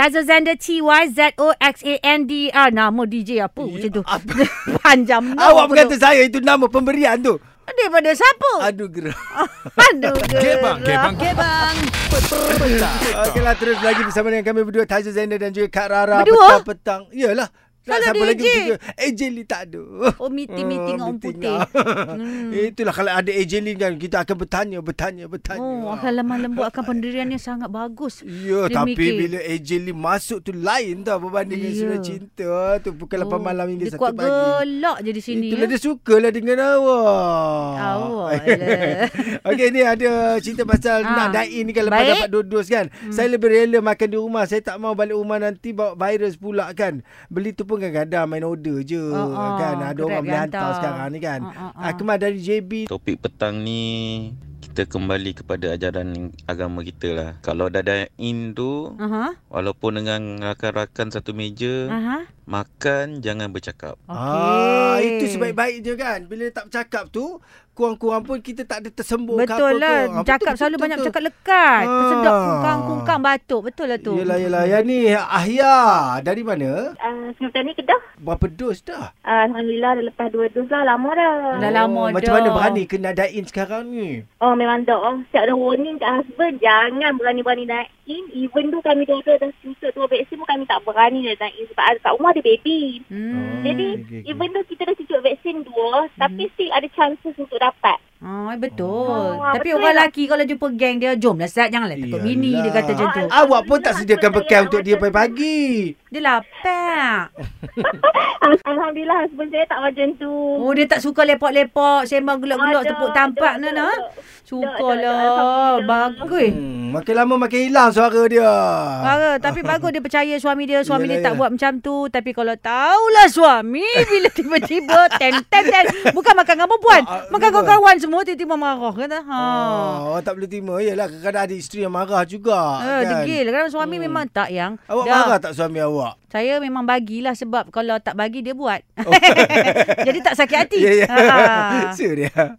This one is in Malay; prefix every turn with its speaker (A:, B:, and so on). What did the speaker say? A: Tazozander T-Y-Z-O-X-A-N-D-R Ah, Nama DJ apa
B: Ya,
A: macam tu
B: apa?
A: Panjang nama Oh.
B: Awak
A: tu.
B: berkata saya itu nama pemberian tu.
A: Daripada siapa?
B: Aduh gerak.
A: Ah. Aduh
C: Gebang, gebang,
A: Gebang
B: Okeylah lah, terus lagi bersama dengan kami berdua Taizul Zainal dan juga Kak Rara
A: Berdua?
B: petang-petang. Yalah.
A: Kalau
B: siapa lagi
A: AJ?
B: bertiga? AJ Lee tak ada.
A: Oh, meeting-meeting orang putih.
B: hmm. Itulah kalau ada AJ Lee kan kita akan bertanya, bertanya, bertanya.
A: Oh, kalau malam buat akan pendiriannya sangat bagus.
B: Ya,
A: Dia
B: tapi
A: mikir.
B: bila AJ Lee masuk tu lain tau berbanding dengan
A: Ya.
B: surat cinta. Tu pukul 8 oh, malam hingga
A: dia
B: 1
A: kuat
B: pagi.
A: gelak je di sini.
B: Itulah
A: ya.
B: dia sukalah dengan awak.
A: Awak lah.
B: Okey ni ada cerita pasal
A: Ah.
B: nak dine ni kan lepas
A: Baik.
B: dapat dua dos kan. Hmm. Saya lebih rela makan di rumah. Saya tak mau balik rumah nanti bawa virus pula kan. Beli tu pun kadang-kadang main order je
A: Oh, oh.
B: kan. Ada
A: Grab
B: orang boleh
A: hantar.
B: hantar sekarang ni kan.
A: Oh, oh, oh.
B: Akmal dari JB
D: Topik petang ni kita kembali kepada ajaran agama kita lah. Kalau dah dine-in tu,
A: Aha.
D: walaupun dengan rakan-rakan satu meja,
A: Aha.
D: makan jangan bercakap.
A: Okey.
B: Ah, itu sebaik-baik je kan. Bila tak bercakap tu, kurang-kurang pun kita tak ada tersembur ke
A: Betul
B: apa
A: lah.
B: ke. Ah, betul,
A: Cakap
B: betul,
A: selalu
B: betul,
A: banyak
B: betul.
A: bercakap lekat.
B: Ah.
A: Tersedak kungkang-kungkang batuk. Betul lah tu.
B: Yelah, yelah. ya. Yang ni Ahya. Dari mana?
E: Uh, sementara ni Kedah.
B: Berapa dos dah?
E: Uh, Alhamdulillah dah lepas dua dus lah. Lama dah.
A: Dah lama
B: Oh, Macam
A: dah.
B: mana berani kena dine sekarang ni?
E: Oh memang dah. Oh. Siap dah warning kat husband. Jangan berani-berani naik in. Even tu kami dua-dua dah susah tua vaksin pun kami tak berani dah naik in. Sebab ada- kat rumah ada baby.
A: Hmm.
E: Jadi
B: okey, Hmm. okey.
E: even tu kita dah cucuk vaksin dua. Tapi still ada chances untuk dapat.
A: Ah, betul.
E: Ah,
A: Tapi
E: betul
A: orang
E: lah.
A: lelaki kalau jumpa geng dia, jomlah Sat, janganlah takut
B: Iyalah.
A: bini dia kata macam tu.
E: Ah,
B: Awak pun tak sediakan
E: Alhamdulillah,
B: bekal
E: saya
B: untuk
E: macam
B: dia
E: tu.
B: pagi-pagi.
A: Dia lapar.
E: Ah, Alhamdulillah husband saya tak macam tu.
A: Oh, dia tak suka lepak-lepak, sembang gelak-gelak
E: Aduh,
A: tepuk tampak
E: aduh,
A: ni nah.
E: aduh. Aduh, aduh,
A: Sukalah.
E: aduh.
A: Bagus.
B: Hmm, makin lama makin hilang suara dia.
A: Parah. Tapi bagus dia percaya suami dia. Suami
B: Ah.
A: dia
B: Yelah,
A: tak
B: yelah.
A: buat macam tu. Tapi kalau tahulah suami bila tiba-tiba ten ten ten. Bukan makan dengan perempuan.
B: Ah, ah,
A: Makan
B: kenapa?
A: kawan-kawan semua tiba-tiba marah. Kata. Ha.
B: Oh, orang tak boleh terima. Yalah, kadang-kadang ada isteri yang marah juga.
A: Eh,
B: kan?
A: degil. Kadang suami memang tak yang.
B: Awak
A: Dah.
B: marah tak suami awak?
A: Saya memang bagilah sebab kalau tak bagi dia buat. Jadi tak sakit hati.
B: Ya, ya.
A: Ha.
B: Oh, Serius.